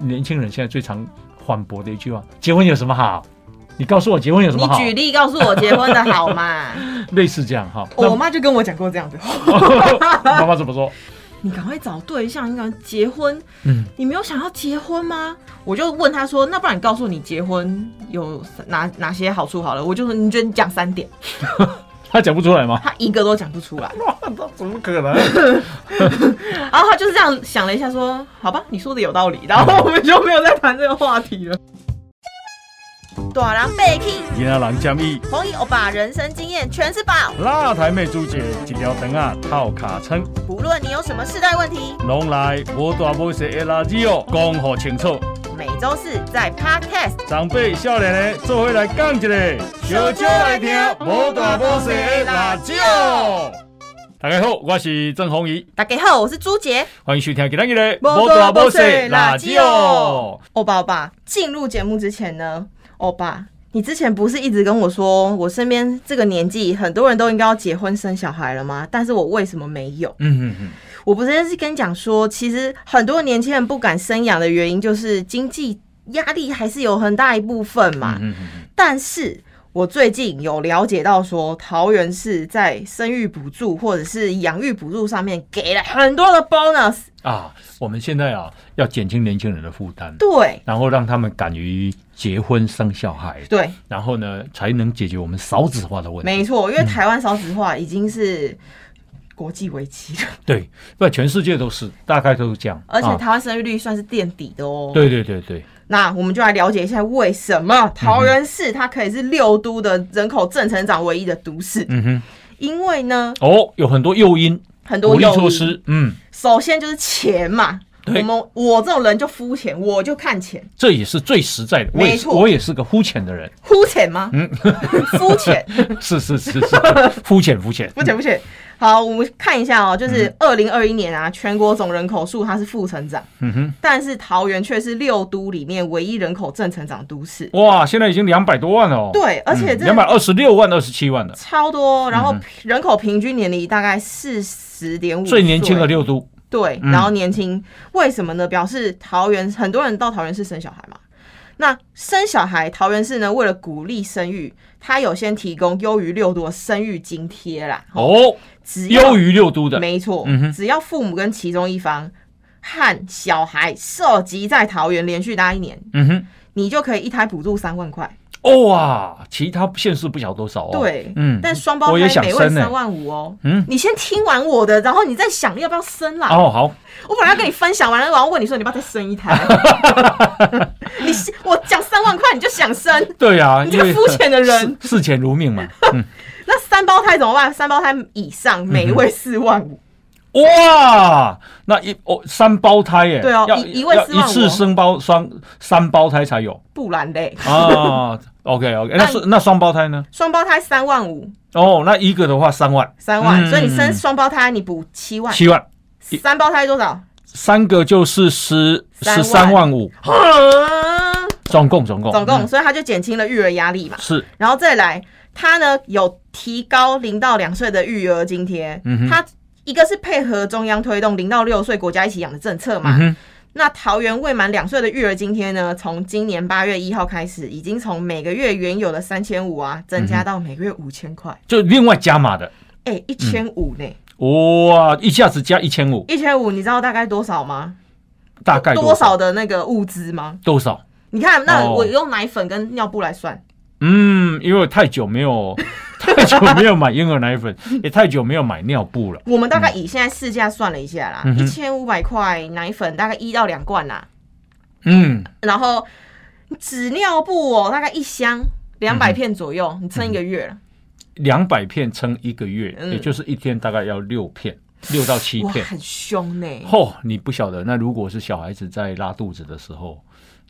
年轻人现在最常反驳的一句话：结婚有什么好？你告诉我结婚有什你么好？举例告诉我结婚的好嘛？ 类似这样哈。哦我妈就跟我讲过这样的话，那妈妈怎么说？ 你赶快找对象，你赶快结婚。嗯，你没有想要结婚吗？我就问他说，那不然你告诉你结婚有哪哪些好处好了？我就说，你觉得你讲三点，他讲不出来吗？他一个都讲不出来。 哇，那怎么可能？ 然后他就是这样想了一下，说：“好吧，你说的有道理。”然后我们就没有再谈这个话题了。短郎被 king，伊阿人建议，红衣欧巴人生经验全是宝。哪台妹主角一条肠啊套卡称，不论你有什么世代问题，拢来无大无小的垃圾哦，讲好清楚。每周四在 Podcast 长辈少年的做伙来讲一个，小酒来听无大无小的辣椒。哦大家好，我是郑宏仪，大家好，我是朱杰。欢迎收听今天的无大无小的哦辣哦椒椒。欧巴欧巴，进入节目之前呢，欧巴，你之前不是一直跟我说，我身边这个年纪很多人都应该要结婚生小孩了吗？但是我为什么没有？嗯嗯嗯，我不是是跟你讲说，其实很多年轻人不敢生养的原因就是经济压力还是有很大一部分嘛。嗯嗯但是我最近有了解到说，桃园市在生育补助或者是养育补助上面给了很多的 bonus，啊，我们现在啊，要减轻年轻人的负担，对然后让他们敢于结婚生小孩，对，然后呢，才能解决我们少子化的问题。没错，因为台湾少子化已经是国际危机了，对，不，全世界都是，大概都是这样。而且嗯啊台湾生育率算是垫底的哦。对对对对，那我们就来了解一下为什么桃园市它可以是六都的人口正成长唯一的都市，嗯哼，因为呢哦，有很多诱因，很多鼓励诱因措，施，嗯，首先就是钱嘛。我对们我这种人就肤浅，我就看钱，这也是最实在的。我也没是错我也是个肤浅的人， 肤浅吗？嗯肤浅，是是是是，肤浅肤浅，肤浅，肤浅。好，我们看一下哦，嗯就是二零二一年啊，全国总人口数它是负成长，嗯哼，但是桃园却是六都里面唯一人口正成长都市。哇，啊现在已经两百多万了哦，对，而且这哦两百二十六万、二嗯十七万了，超多，然后人口平均年龄大概四十点五，最年轻的六都，对，嗯然后年轻，为什么呢？表示桃园很多人到桃园市生小孩嘛。那生小孩，桃园市呢，为了鼓励生育，它有先提供优于六多生育津贴啦。哦，哦，只要优于六都的，没错，嗯哼只要父母跟其中一方和小孩涉及在桃园连续待一年，嗯哼，你就可以一胎补助三万块。哦哇，其他县市不晓得多少哦，对，嗯但双胞我也胎想每位生呢三万五哦。嗯你先听完我的，然后你再想要不要生啦。哦好，我本来要跟你分享完了，然后问你说你要不要再生一胎。 你我讲三万块你就想生，对你呀，啊因这个为肤浅的人视钱如命嘛，嗯，那三胞胎怎么办？三胞胎以上每一位四万五，哇，那一哦三胞胎耶，对哦要一一位要四万五次生胞双三胞胎才有不然嘞，啊，OK OK，那那是那双胞胎呢？双胞胎三万五，哦，那一个的话三万三万，嗯所以你生双胞胎你补七万，七万。三胞胎多少？三个就是十三十万三万五，啊总共总共总共，嗯所以他就减轻了育儿压力嘛。是然后再来，他呢有提高零到两岁的育儿津贴，嗯哼他一个是配合中央推动零到六岁国家一起养的政策嘛。嗯哼那桃园未满两岁的育儿津贴呢，从今年八月一号开始，已经从每个月原有的三千五啊，增加到每个月五千块，就另外加码的，哎、一千五呢，哇，一下子加一千五，一千五，你知道大概多少吗？大概多少少的那个物资吗？多少？你看，那哦我用奶粉跟尿布来算，嗯，因为我太久 没有太久没有买婴儿奶粉，也太久没有买尿布了。我们大概以现在市价算了一下啦嗯，哼一千五百块奶粉大概一到两罐啦，嗯，然后纸尿布哦，大概一箱两百片左嗯右，你撑一个月了。两百片撑一个月，嗯也就是一天大概要六片，六到七哇，片。很凶呢、嚯、你不晓得，那如果是小孩子在拉肚子的时候，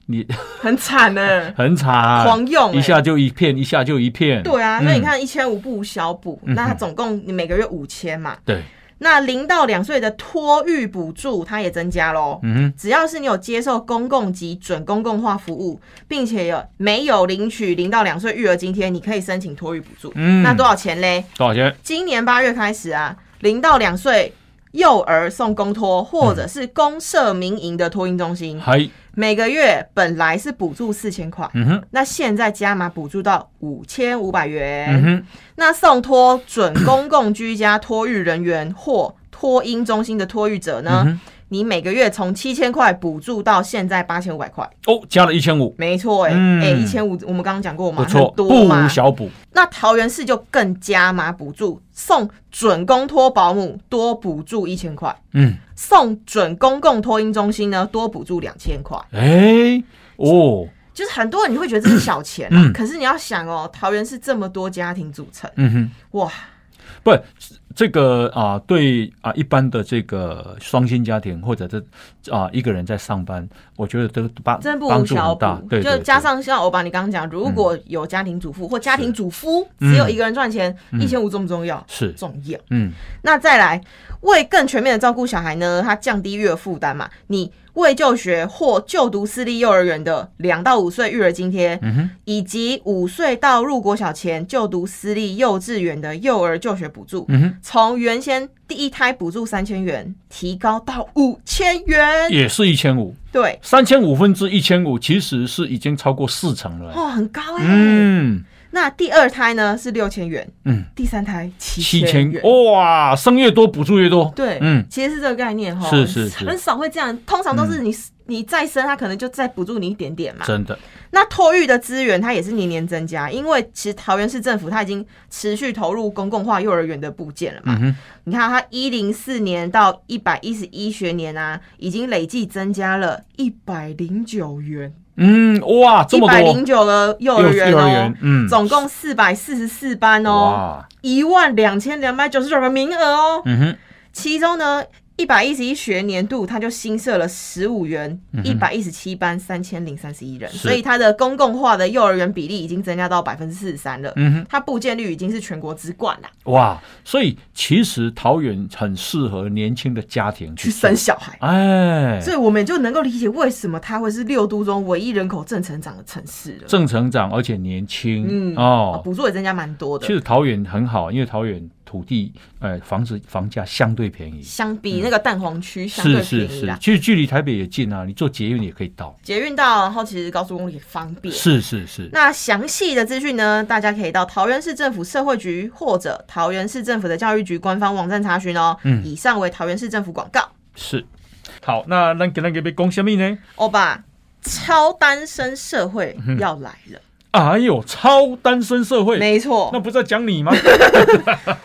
你很惨呢、很惨，狂用欸啊一下就一片，一下就一片。对啊，所以你嗯看一千五不无小补，嗯那它总共你每个月五千嘛。对，那零到两岁的托育补助它也增加喽。嗯只要是你有接受公共及准公共化服务，并且有没有领取零到两岁育儿津贴，你可以申请托育补助。嗯那多少钱嘞？哼，多少钱？今年八月开始啊，零到两岁幼儿送公托，或者是公社民营的托婴中心，还每个月本来是补助四千块，嗯哼，那现在加码补助到五千五百元。嗯哼，那送托准公共居家托育人员或托婴中心的托育者呢？嗯你每个月从七千块补助到现在八千五百块，哦，加了一千五，没错哎、欸，哎、嗯一千五我们刚刚讲过嘛，不错，很不多嘛无。小补。那桃园市就更加码补助，送准公托保姆多补助一千块，嗯，送准公共托婴中心呢多补助两千块。哎，哦，就是很多人你会觉得这是小钱、啊，嗯可是你要想哦，桃园市这么多家庭组成，嗯哼。哇，不，这个啊、对啊、一般的这个双薪家庭或者这啊、一个人在上班，我觉得这个帮真不帮无助小很补大。。对对就对，嗯加上像欧巴你刚刚讲，如果有家庭主妇或家庭主夫只有一个人赚钱，嗯一千五重不重要？是，重要。嗯那再来，为更全面的照顾小孩呢，它降低育儿负担嘛。你为就学或就读私立幼儿园的两到五岁育儿津贴，嗯哼，以及五岁到入国小前就读私立幼稚园的幼儿就学补助，嗯哼，从原先第一胎补助三千元提高到五千元。也是一千五，对，三千五分之一千五，其实是已经超过四成了。哇，很高哎、嗯那第二胎呢是六千元，嗯，第三胎七七千千哦元。哇，生越多补助越多。对，嗯，其实是这个概念哈，是是是嗯很少会这样，通常都是你、你再生，他可能就再补助你一点点嘛。真的，那托育的资源它也是年年增加，因为其实桃园市政府它已经持续投入公共化幼儿园的部件了嘛。嗯哼，你看，它一零四年到一百一十一学年啊，已经累计增加了一百零九元，嗯，哇，这一么百多零九个幼儿园幼儿哦园，，嗯，总共四百四十四班哦，哇，一万两千两百九十九个名额哦。嗯哼，其中呢，一百一十一学年度，它就新设了十五元，一百一十七班，三千零三十一人，嗯是所以它的公共化的幼儿园比例已经增加到百分之四十三了。嗯哼。它部件率已经是全国之冠啦，哇，所以其实桃园很适合年轻的家庭去去生小孩，哎，所以我们就能够理解为什么它会是六都中唯一人口正成长的城市了。正成长而且年轻，嗯啊哦，补助也增加蛮多其的，实桃园很好，因为桃园土地呃房子房价相对便宜，相比那个蛋黄区相对是便是宜是啦，。其实距离台北也近啊，你坐捷运也可以到，捷运到，然后其实高速公路也方便。是是是，那详细的资讯呢，大家可以到桃园市政府社会局或者桃园市政府的教育局官方网站查询哦。嗯以上为桃园市政府广告。是好，那咱今日要讲什么呢？欧巴，超单身社会嗯要来了，哎呦，超单身社会，没错那，不是在 讲你吗？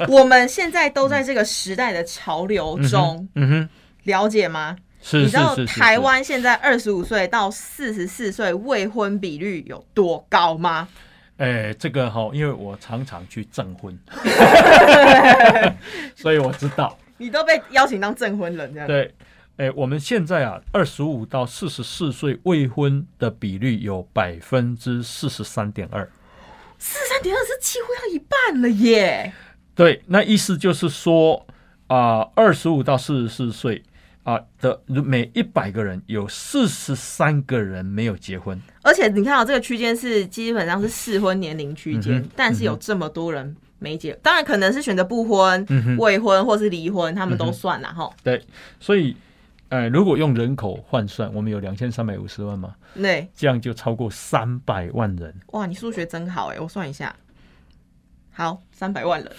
我们现在都在这个时代的潮流中，嗯哼，了解吗？是你是知道是是，台湾现在二十五岁到四十四岁未婚比率有多高吗？哎，这个哈、因为我常常去证 婚，所以我知道。你都被邀请当证婚人这样，对，哎，我们现在啊，二十五到四十四岁未婚的比率有百分之四十三点二。四三点二是几乎要一半了耶！对，那意思就是说啊，二十五到四十四岁啊、的每一百个人有四十三个人没有结婚。而且你看哦到、这个区间是基本上是适婚年龄区间，嗯哼但是有这么多人没结，当然可能是选择不婚、嗯哼，嗯未婚或是离婚，他们都算啦哈。所以。哎，如果用人口换算，我们有两千三百五十万嘛，对，这样就超过三百万人。哇，你数学真好哎、我算一下，好，三百 万人，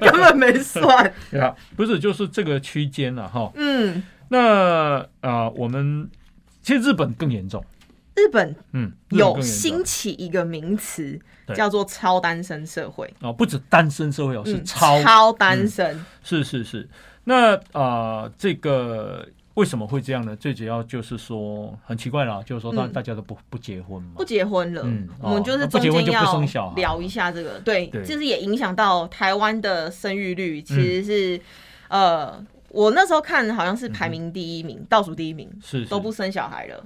根本没算。呀，不是，就是这个区间了、哈。嗯，那啊、我们其实日本更严重，日本嗯，日本更有严重兴起一个名词对叫做超单身社会，哦，不止单身社会哦，是嗯超，超单身，是是是。那啊、呃这个为什么会这样呢？最主要就是说很奇怪啦，就是说大嗯大家都不不结婚嘛不，结婚了，嗯哦我们就是中不结婚间就不要生小孩聊一下这个，对，对嗯就是也影响到台湾的生育率，其实是、呃，我那时候看好像是排名第一名，倒数第一名，是是都不生小孩了。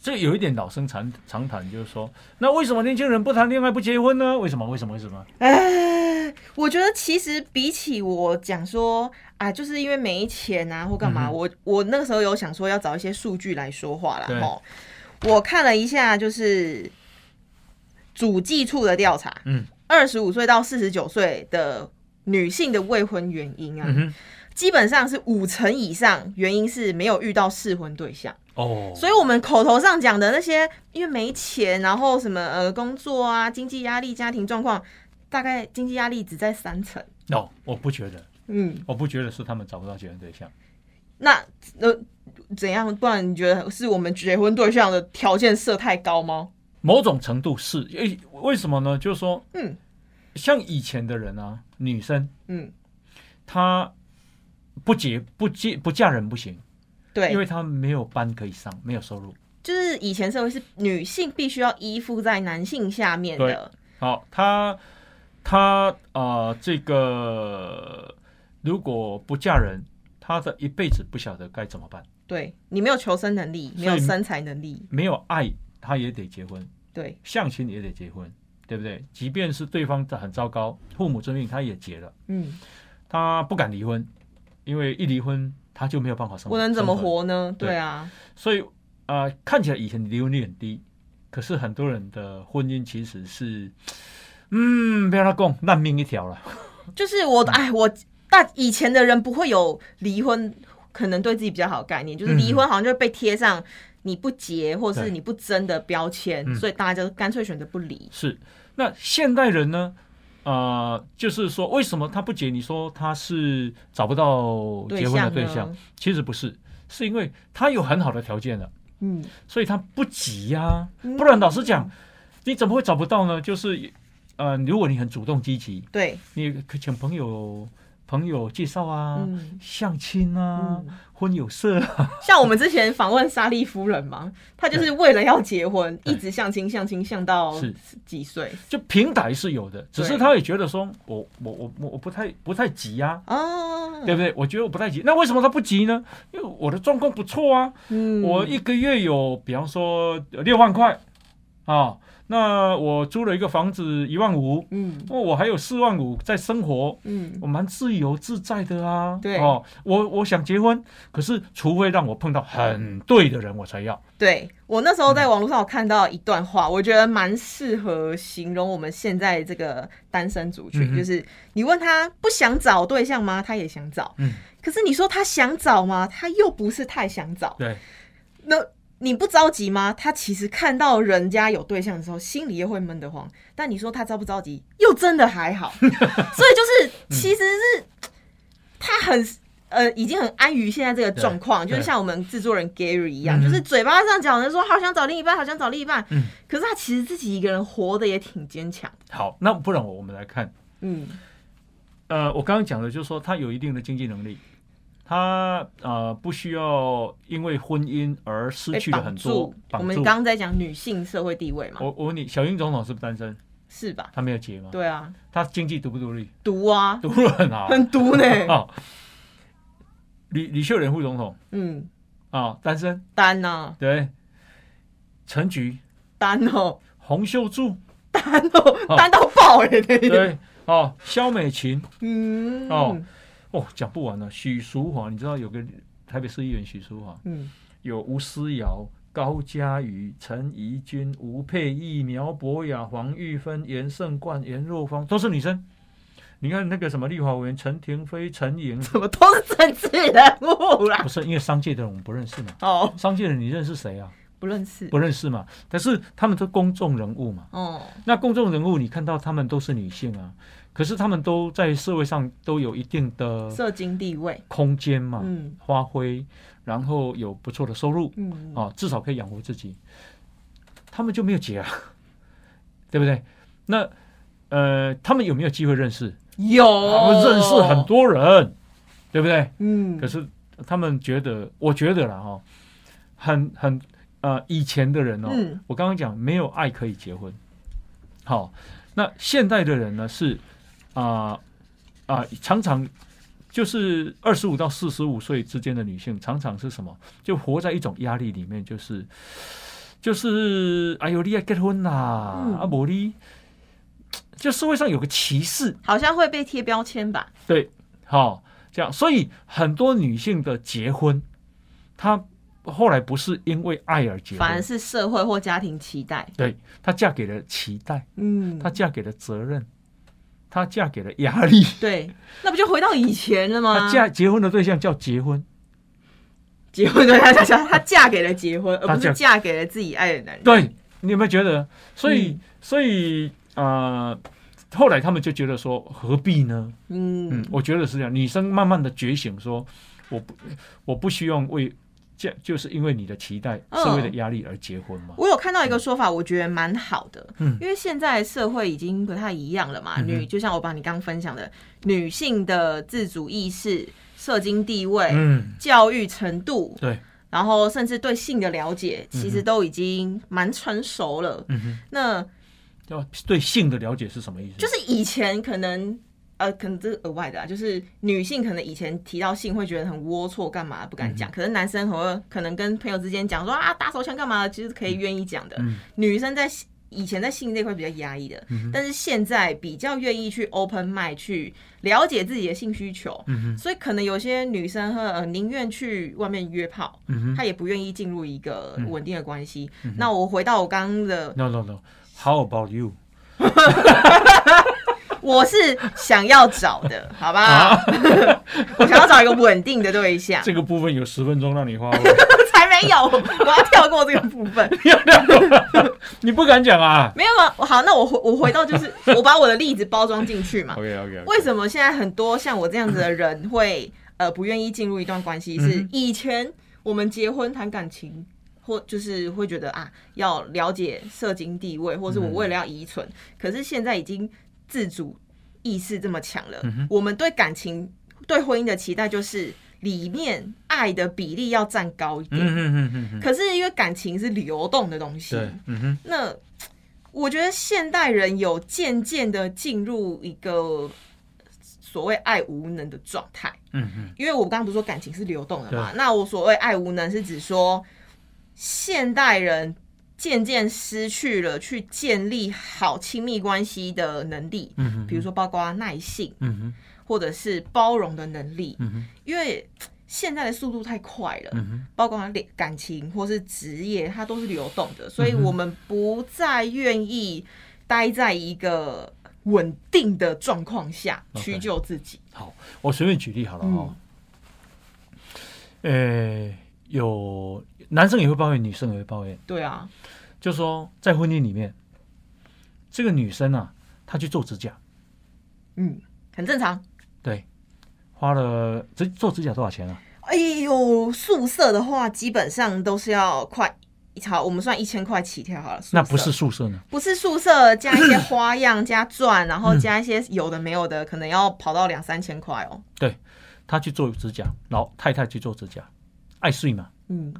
这个有一点老生常常谈，就是说，那为什么年轻人不谈恋爱不结婚呢？为什么？为什么？为什么？哎，我觉得其实比起我讲说啊，就是因为没钱啊或干嗯嘛，我我那个时候有想说要找一些数据来说话啦。对吼，我看了一下，就是主计处的调查，嗯，二十五岁到四十九岁的女性的未婚原因啊，嗯哼，基本上是五成以上原因是没有遇到适婚对象。哦，所以我们口头上讲的那些，因为没钱，然后什么呃工作啊、经济压力、家庭状况，大概经济压力只在三成。哦 no，我不觉得，嗯，我不觉得是他们找不到结婚对象。那呃怎样？不然你觉得是我们结婚对象的条件设太高吗？某种程度是，为为什么呢？就是说，嗯像以前的人啊，女生嗯，她不结不结不嫁人不行，对，因为她没有班可以上，没有收入。就是以前社会是女性必须要依附在男性下面的，好，她她啊、呃这个如果不嫁人，她的一辈子不晓得该怎么办，对你没有求生能力，所以没有生财能力，没有爱，她也得结婚，对相亲也得结婚，对不对？即便是对方很糟糕，父母之命，她也结了。嗯，她不敢离婚，因为一离婚她就没有办法生活。我能怎么生存？活呢？哦对对啊，所以啊、呃看起来以前离婚率很低，可是很多人的婚姻其实是，嗯，不要他讲烂命一条了。就是我嗯哎我大以前的人不会有离婚可能对自己比较好的概念，就是离婚好像就被贴上你不结或嗯是对你不争的标签，嗯所以大家就干脆选择不离。是，那现代人呢？啊、就是说，为什么他不结？你说他是找不到结婚的对象，象呢，其实不是，是因为他有很好的条件了，嗯，所以他不急呀、嗯不然老实讲，你怎么会找不到呢？就是，呃，如果你很主动积极，对，你可请朋友朋友介绍啊，嗯相亲啊，嗯婚友社啊，像我们之前访问莎莉夫人嘛，她就是为了要结婚，对一直相亲相亲相到是几岁就平台是有的，只是对他也觉得说，我我我我我不太不太急啊，哦，对不对？我觉得我不太急，那为什么他不急呢？因为我的状况不错啊，嗯我一个月有，比方说六万块啊，那我租了一个房子一万五，嗯那我还有四万五在生活。嗯我蛮自由自在的啊，对哦，我我想结婚，可是除非让我碰到很对的人，我才要。对我那时候嗯在网络上有看到一段话，我觉得蛮适合形容我们现在这个单身族群，嗯哼就是你问他不想找对象吗？他也想找，嗯，可是你说他想找吗？他又不是太想找。对，那你不着急吗？他其实看到人家有对象的时候，心里又会闷得慌。但你说他着不着急，又真的 还好。所以就是，其实是他很呃，已经很安于现在这个状况，对就是像我们制作人 Gary 一样，嗯就是嘴巴上讲的说好想找另一半，好想找另一半，嗯可是他其实自己一个人活得也挺坚强。好，那不然我我们来看，嗯，呃，我刚刚讲的就是说他有一定的经济能力，他呃不需要因为婚姻而失被去了很绑多哦住。我们刚刚在讲女性社会地位嘛，我我问你，小英总统是不是单身？是吧？他没有结吗？对啊，他经济独不独立？毒啊，独立很好。很 毒呢、啊，李李秀莲副总统嗯，啊，单身单呐、对。陈菊、单哦，洪秀柱单哦，哦 单到爆哎、欸！ 对哦，肖美琴嗯，哦，哦，讲不完了。许淑华，你知道有个台北市议员许淑华，嗯，有吴思瑶、高嘉瑜、陈怡君、吴佩益、苗博雅、黄玉芬、严胜冠、严若芳，都是女生。你看那个什么立法委员陈廷飞、陈莹，怎么都是政治人物啦不？是因为商界的人我们不认识嘛？哦，商界的人你认识谁啊？不认识不认识嘛？但是他们都公众人物嘛。哦，那公众人物你看到他们都是女性啊，可是他们都在社会上都有一定的社经地位，空间嘛，嗯发挥，然后有不错的收入。嗯，啊，至少可以养活自己。他们就没有结啊， 对不对？那呃，他们有没有机会认识？有他们认识很，多人，对不对？嗯，可是他们觉得，我觉得啦哈、哦，很很呃，以前的人哦，嗯我刚刚讲没有爱可以结婚，好、那现代的人呢是啊啊、常常。就是二十五到四十五岁之间的女性，常常是什么？就活在一种压力里面，就是就是，哎呦，你要结婚啦，嗯啊，无你，就社会上有个歧视，好像会被贴标签吧？对，好、这样，所以很多女性的结婚，她后来不是因为爱而结反而婚，是社会或家庭期待，对，她嫁给了期待，嗯，她嫁给了责任，她嫁给了压力，啊对，那不就回到以前了吗？她嫁结婚的对象叫结婚，结婚对她讲讲，她嫁给了结婚，而她不嫁是嫁给了自己爱的男人。对，你有没有觉得？所以，嗯所以呃，后来他们就觉得说，何必呢？嗯嗯，我觉得是这样。女生慢慢的觉醒说，我不，我不希望为这，就是因为你的期待、嗯社会的压力而结婚嘛。我有看到一个说法，我觉得蛮好的，嗯因为现在社会已经不太一样了嘛。嗯哼女就像我把你刚刚分享的，女性的自主意识、社经地位、嗯，教育程度，对，然后甚至对性的了解，其实都已经蛮成熟了。嗯哼，那要对性的了解是什么意思？就是以前可能。呃，可能这是额外的啊，就是女性可能以前提到性会觉得很龌龊，干嘛不敢嗯讲？可是男生可能可能跟朋友之间讲说啊，打手枪干嘛，其实可以愿意讲的。嗯女生在性以前在性这块比较压抑的，但是现在比较愿意去 open mind 去了解自己的性需求，嗯哼，所以可能有些女生会呃宁愿去外面约炮，嗯哼嗯她也不愿意进入一个稳定的关系。那我回到我刚刚的，no no no，how about you？我是想要找的，好不好？啊我想要找一个稳定的对象， 这个部分有十分钟让你花完， 才没有，我要跳过这个部分。 你不敢讲啊没有啊，好，那我回我回到就是，我把我的例子包装进去 嘛。 ？OK OK，为什么现在很多像我这样子的人会呃不愿意进入一段关系？是以前我们结婚谈感情。或就是会觉得啊，要了解社经地位，或是我为了要遗存，可是现在已经自主意识这么强了，我们对感情、对婚姻的期待就是里面爱的比例要占高一点。嗯哼哼哼哼，可是因为感情是流动的东西，对，嗯哼，那我觉得现代人有渐渐的进入一个所谓爱无能的状态，嗯哼，因为我刚刚不是说感情是流动的嘛？那我所谓爱无能是指说现代人渐渐失去了去建立好亲密关系的能力，嗯哼，比如说包括耐性嗯哼，或者是包容的能力，嗯哼，因为现在的速度太快了，嗯哼。包括恋感情或是职业，它都是流动的，所以嗯我们不再愿意待在一个稳定的状况下 OK 屈就自己。好，我随便举例好了哈、呃，有男生也会抱怨，女生也会抱怨，对啊，就说在婚姻里面，这个女生啊，她去做指甲，嗯，很正常。对，花了这做指甲多少钱啊？哎呦，宿舍的话基本上都是要快，好，我们算一千块起跳好了。宿舍那不是啊宿舍呢？不是宿舍加一些 花样加钻，然后嗯加一些有的没有的，可能要跑到两三千块哦。她去做指甲，老太太去做指甲，爱睡嘛，嗯，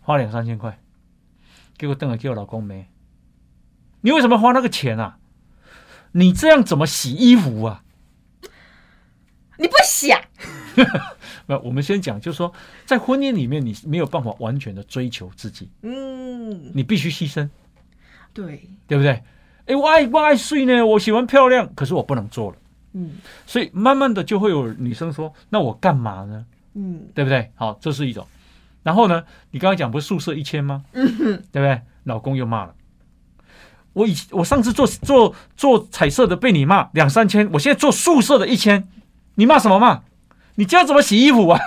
花两三千块，给我瞪了给我老公没？你为什么花那个钱啊？你这样怎么洗衣服啊？你不想那我们先讲，就是说，在婚姻里面，你没有办法完全的追求自己，嗯，你必须牺牲，对，对不对？哎，我爱我爱睡呢，我喜欢漂亮，可是我不能做了，嗯所以慢慢的就会有女生说，那我干嘛呢？嗯，对不对？好，这是一种。然后呢，你刚刚讲不是宿舍一千吗？嗯哼，对不对？老公又骂了，我以我上次做做做彩色的被你骂两三千，我现在做宿舍的一千，你骂什么骂？你这样怎么洗衣服啊？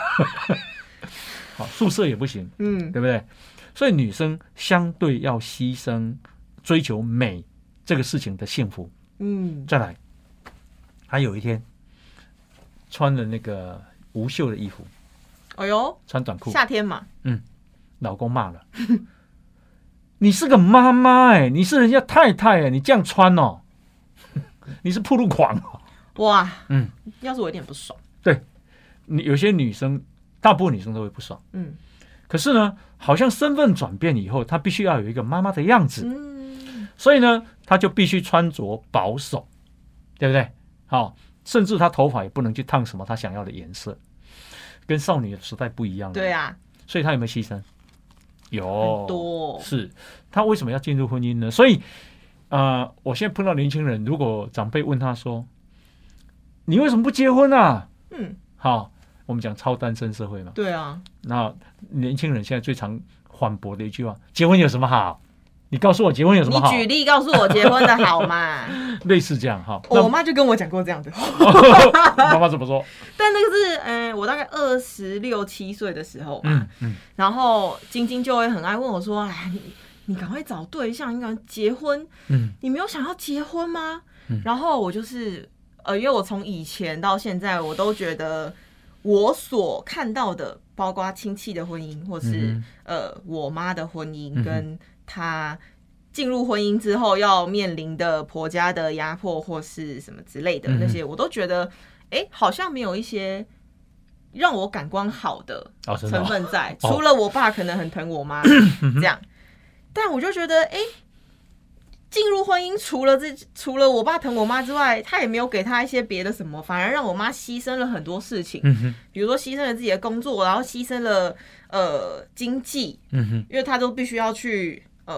好，宿舍也不行。嗯对不对？所以女生相对要牺牲追求美这个事情的幸福。嗯再来，她有一天穿了那个无袖的衣服，哎呦，穿短裤，夏天嘛，老公骂了：“ 你是个妈妈哎、你是人家太太哎、你这样穿哦， 你是铺路狂哦。哇，嗯，要是我有点不爽，”你有些女生，大部分女生都会不爽。嗯可是呢，好像身份转变以后，她必须要有一个妈妈的样子。嗯所以呢，他就必须穿着保守，对不对？好、甚至他头发也不能去烫什么他想要的颜色，跟少女的时代不一样。对，啊，所以他有没有牺牲？有，很多哦，是他为什么要进入婚姻呢？所以，呃，我现在碰到年轻人，如果长辈问他说：“你为什么不结婚啊嗯，？”好、我们讲超单身社会嘛，对啊，那年轻人现在最常反驳的一句话：“结婚有什么好？你告诉我结婚有什么你好？举例告诉我结婚的好 嘛？类似这样哈。我妈就跟我讲过这样的， 那妈妈怎么说？但那个是，嗯、我大概二十六七岁的时候吧，嗯嗯，然后晶晶就会很爱问我说：“哎，你你赶快找对象，你赶快结婚，嗯，你没有想要结婚吗？”嗯然后我就是，呃，因为我从以前到现在，我都觉得我所看到的，包括亲戚的婚姻，或是、嗯呃我妈的婚嗯姻，哼跟她进入婚姻之后要面临的婆家的压迫或是什么之类的嗯哼那些，我都觉得，哎、好像没有一些让我感官好的哦，真的成哦、分在，哦嗯除了我爸可能很疼我妈这样，但我就觉得，哎、进入婚姻除了这除了我爸疼我妈之外，他也没有给他一些别的什么，反而让我妈牺牲了很多事情，嗯哼，比如说牺牲了自己的工作，然后牺牲了呃经济，嗯哼，因为他都必须要去嗯。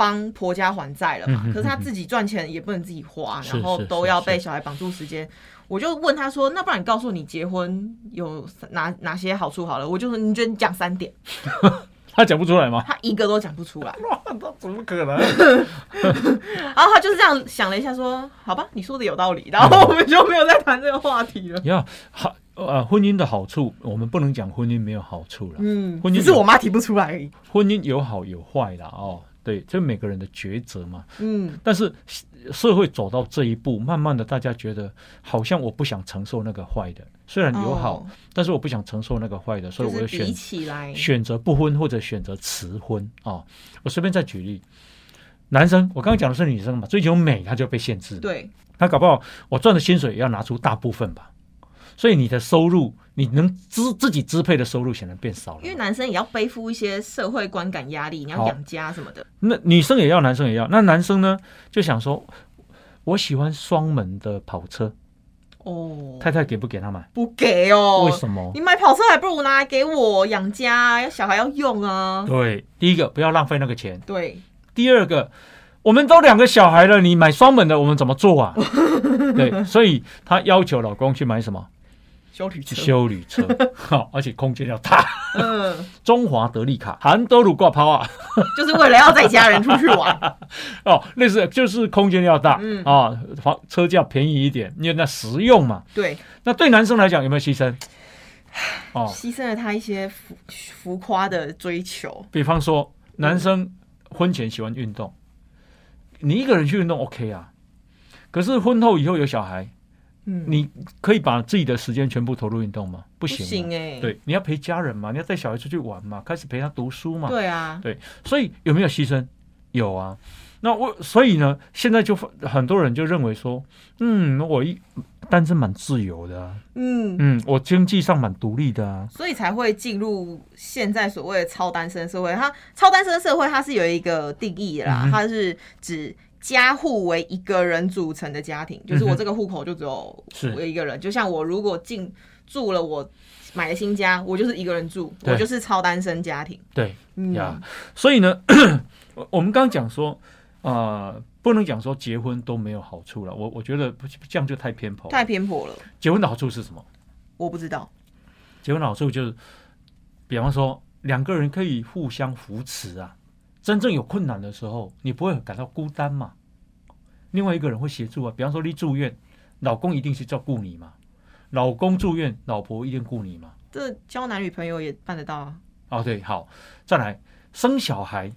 帮婆家还债了嘛嗯？哼可是他自己赚钱也不能自己花，是然后是都是要是被小孩绑住时间。我就问他说：“那不然你告诉我你结婚有哪哪些好处好了？”我就说：“你觉得你讲三点。他讲不出 来”吗？他一个都讲不出 来，哇，那怎么可能？然后他就是这样想了一下说：“好吧，你说的有道理。”然后我们就没有再谈这个话题了。要好 呃，婚姻的好处，我们不能讲婚姻没有好处了。嗯，婚姻只是我妈提不出来而已。婚姻有好有坏啦，哦，对，这每个人的抉择嘛。嗯，但是社会走到这一步，慢慢的大家觉得好像我不想承受那个坏的，虽然有好，哦但是我不想承受那个坏的，所以就我是就比选起来，选择不婚或者选择迟婚啊、哦我随便再举例，男生我刚刚讲的是女生嘛，追求美他就被限制了，对，他搞不好我赚的薪水也要拿出大部分吧，所以你的收入你能支自己支配的收入显然变少了因为嘛。男生也要背负一些社会观感压力，你要好养家什么的。那女生也要，男生也要。那男生呢，就想说，我喜欢双门的跑车，哦，太太给不给他买？不给哦，为什么？你买跑车还不如拿来给我养家，要小孩要用啊。对，第一个不要浪费那个钱，对，第二个我们都两个小孩了，你买双门的我们怎么做 啊？对，所以她要求老公去买什么修旅车，修旅 车，好，而且空间要大，嗯，中华德利卡、韩德鲁挂抛啊，就是为了要带家人出去 玩。哦，类似就是空间要大，嗯啊，房车价便宜一点，因为那实用嘛。对，那对男生来讲有没有牺牲？哦，牺牲了他一些浮浮夸的追求。比方说，男生婚前喜欢运动，你一个人去运动 OK 啊。可是婚后以后有小孩，嗯，你可以把自己的时间全部投入运动吗？不不行、啊，行哎、对，你要陪家人嘛，你要带小孩出去玩嘛，开始陪他读书嘛。对啊，所以有没有牺牲？有啊。那我所以呢，现在就很多人就认为说，嗯，我一单身蛮自由的、啊，嗯，嗯，我经济上蛮独立的啊，所以才会进入现在所谓的超单身社会。它超单身社会它是有一个定义的啦，嗯哼它是指。家户为一个人组成的家庭，就是嗯我哼这个户口就只有是我一个人。就像我如果进住了我买了新家，我就是一个人住，对我就是超单身家庭。对。嗯，呀所以呢， 我我们刚刚讲说，呃，不能讲说结婚都没有好处了。我我觉得不这样就太偏颇了。太偏颇了，结婚的好处是什么？我不知道。结婚的好处就是，比方说两个人可以互相扶持啊，真正有困难的时候，你不会感到孤单嘛。另外一个人会协助啊，比方说你住院，老公一定去照顾你嘛，老公住院，老婆一定顾你嘛。这交男女朋友也办得到啊。哦，对，好，再来生小孩，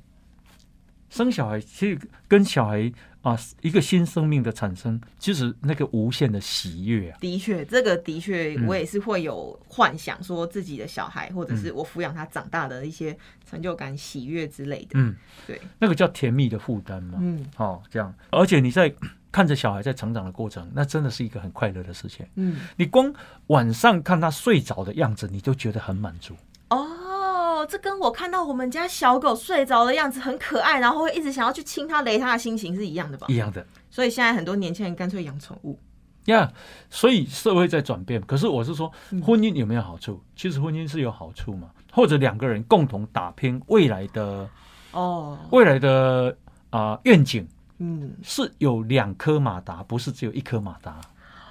生小孩其实跟小孩啊一个新生命的产生，其实那个无限的喜悦啊，的确，这个的确，嗯我也是会有幻想，说自己的小孩、或者是我抚养他长大的一些成就感、喜悦之类的。嗯，对，那个叫甜蜜的负担嘛，嗯哦，这样，而且你在看着小孩在成长的过程，那真的是一个很快乐的事情。嗯，你光晚上看他睡着的样子，你就觉得很满足。嗯哦，这跟我看到我们家小狗睡着的样子很可爱，然后会一直想要去亲它、雷它的心情是一样的吧？一样的所以现在很多年轻人干脆养宠物。呀所以社会在转变。可是我是说嗯，婚姻有没有好处？其实婚姻是有好处嘛，或者两个人共同打拼未来的哦，未来的啊、愿景嗯，是有两颗马达，不是只有一颗马达。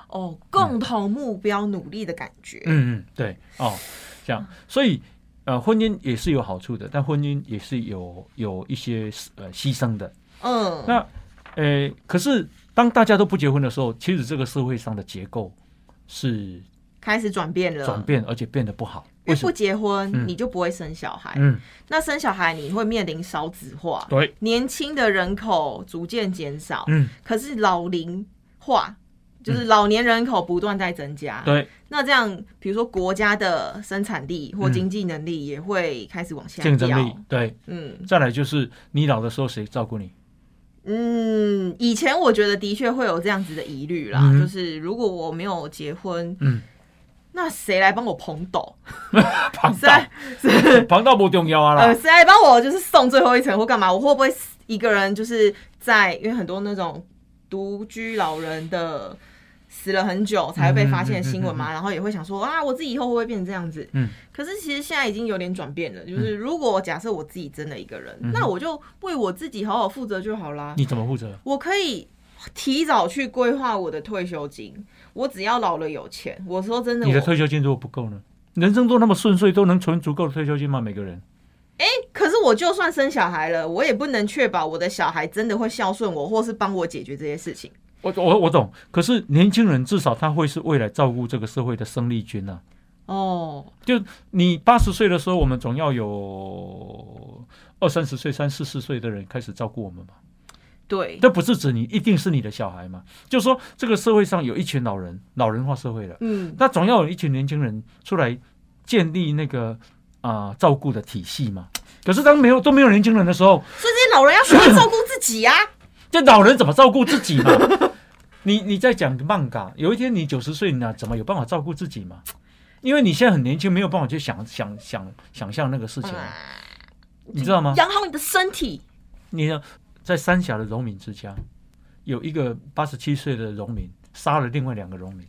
哦，共同目标努力的感觉。嗯嗯，对哦，这样，所以呃，婚姻也是有好处的，但婚姻也是有有一些呃牺牲的。嗯，那呃，可是当大家都不结婚的时候，其实这个社会上的结构是开始转变了，转变，而且变得不好。为因为什么哎不？哎结婚、嗯你就不会生小孩，嗯，那生小孩你会面临少子化，对，年轻的人口逐渐减少，嗯，可是老龄化。就是老年人口不断在增加，对，那这样比如说国家的生产力或经济能力也会开始往下竞争掉力，对。嗯再来就是你老的时候谁照顾 你？嗯，以前我觉得的确会有这样子的疑虑啦，嗯就是如果我没有结婚，嗯，那谁来帮我捧斗？庞谁来大， 庞大不重要啊呃，啦。谁来帮我就是送最后一程或干嘛？我会不会一个人就是在因为很多那种独居老人的死了很久嗯才会被发现的新闻嘛，然后也会想说啊，我自己以后会不会变成这样子？嗯，可是其实现在已经有点转变了，就是如果假设我自己真的一个人，嗯哼那我就为我自己好好负责就好啦。你怎么负责？我可以提早去规划我的退休金，我只要老了有钱。我说真的，你的我退休金如果不够呢？人生都那么顺遂，都能存足够的退休金吗？每个人？可是我就算生小孩了，我也不能确保我的小孩真的会孝顺我，或是帮我解决这些事情。我我我懂，可是年轻人至少他会是未来照顾这个社会的生力军啊。哦，你八十岁的时候，我们总要有二三十岁、三四十岁的人开始照顾我们嘛。对，这不是指你一定是你的小孩嘛？就是说，这个社会上有一群老人，老人化社会了，嗯，那总要有一群年轻人出来建立那个啊、照顾的体系嘛。可是当没有都没有年轻人的时候，所以这些老人要学会照顾自己啊呀、这老人怎么照顾自己嘛？ 你你在讲 manga，有一天你九十岁，你哪怎么有办法照顾自己嘛？因为你现在很年轻，没有办法去想想想想象那个事情，你知道吗？养好你的身体。你呢在三峡的农民之家，有一个八十七岁的农民杀了另外两个农民，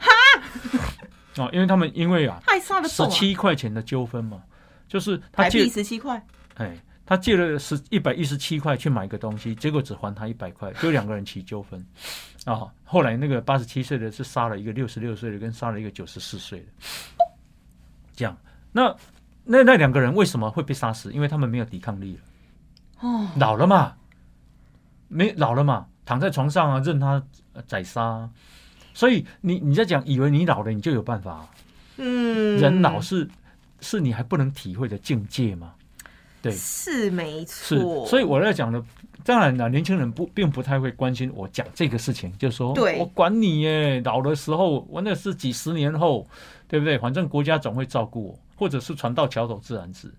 啊，因为他们因为啊太杀得十动啊！七块钱的纠纷嘛，就是他台币借十七块，哎，他借了十一百一十七块去买个东西，结果只还他一百块，就两个人起纠纷啊、后来那个八十七岁的是杀了一个六十六岁的，跟杀了一个九十四岁的，这样。那那那两个人为什么会被杀死？因为他们没有抵抗力了，哦，老了嘛，没老了嘛，躺在床上啊，任他呃宰杀、啊。所以你你在讲，以为你老了你就有办法、啊嗯，人老是是你还不能体会的境界吗？对是没是错，，所以我在讲的，当然了，年轻人不并不太会关心我讲这个事情，就说对我管你耶，老的时候我那是几十年后，对不对？反正国家总会照顾我，或者是船到桥头自然直。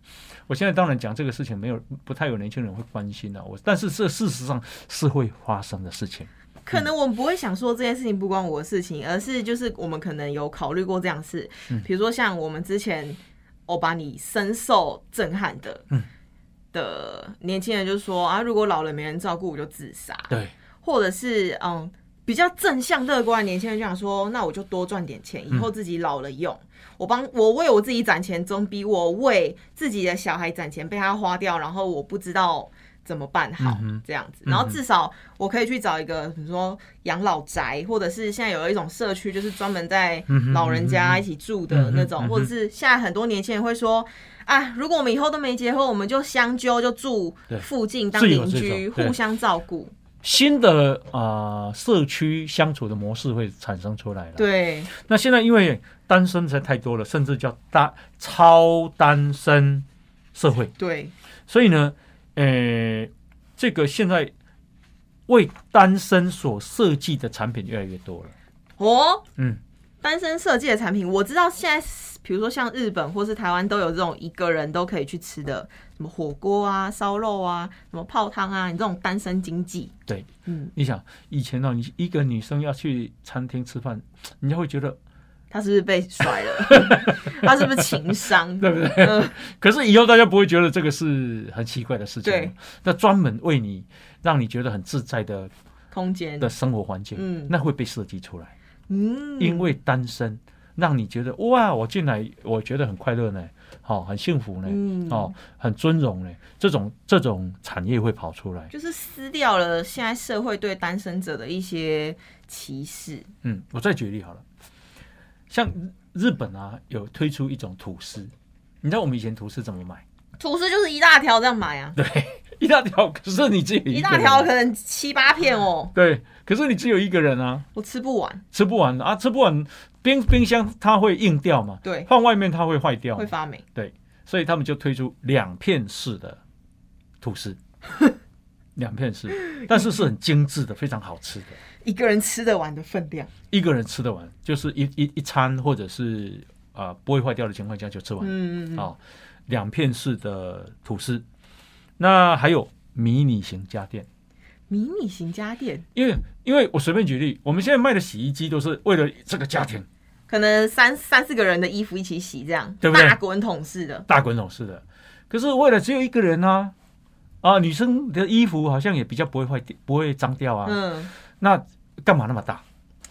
我现在当然讲这个事情，没有不太有年轻人会关心了、啊我但是这事实上是会发生的事情。可能我们不会想说这件事情不关我的事情，而是就是我们可能有考虑过这样的事，比如说像我们之前我把你深受震撼的，嗯的年轻人就说啊，如果老了没人照顾，我就自杀，对，或者是嗯比较正向乐观的年轻人就想说，那我就多赚点钱，嗯以后自己老了用，我帮我为我自己攒钱，总比我为自己的小孩攒钱被他花掉，然后我不知道怎么办好、嗯哼这样子，然后至少我可以去找一个比如说养老宅，或者是现在有一种社区，就是专门在嗯哼老人家一起住的那种，嗯哼嗯哼或者是现在很多年轻人会说。啊！如果我们以后都没结婚，我们就相揪，就住对附近当是有邻这居，种对互相照顾。新的啊、呃社区相处的模式会产生出来了。对，那现在因为单身实在太多了，甚至叫大超单身社会，对，所以呢，呃，这个现在为单身所设计的产品越来越多了。哦，嗯，单身设计的产品，我知道现在比如说像日本或是台湾都有这种一个人都可以去吃的，什么火锅啊、烧肉啊、什么泡汤啊，你这种单身经济，对，嗯，你想以前呢、你一个女生要去餐厅吃饭，人家会觉得，他是不是被 甩了？他是不是情商？对不对？可是以后大家不会觉得这个是很奇怪的事情对了，那专门为你让你觉得很自在的空间的，生活环境，嗯那会被设计出来。嗯，因为单身，让你觉得哇，我进来我觉得很快乐呢，好、很幸福呢，嗯哦，很尊荣呢，这种这种产业会跑出来。就是撕掉了现在社会对单身者的一些歧视。嗯，我再举例好了，像日日本啊，有推出一种吐司，你知道我们以前图是怎么买？ 吐司就是一大条这样买啊，对，一大条，可是你只有一一个大人条可能七八片哦，对，可是你只有一个人啊，我吃不完，吃不完啊，吃不完冰冰箱它会硬掉嘛，对，放外面它会坏掉会嘛，发霉。所以他们就推出两片式的吐司， 两片式，但是是很精致的，非常好吃的，一个人吃得完的分量，一个人吃得完，就是一一一餐或者是啊、呃不会坏掉的情况下就吃完。嗯，啊、两片式的吐司。那还有迷你型家电，迷你型家电因为因为我随便举例，我们现在卖的洗衣机都是为了这个家庭可能三三四个人的衣服一起洗，这样对不对大滚筒式的，大滚筒式的，可是为了只有一个人啊啊，女生的衣服好像也比较不会坏掉，不会脏掉啊。嗯，那干嘛那么大？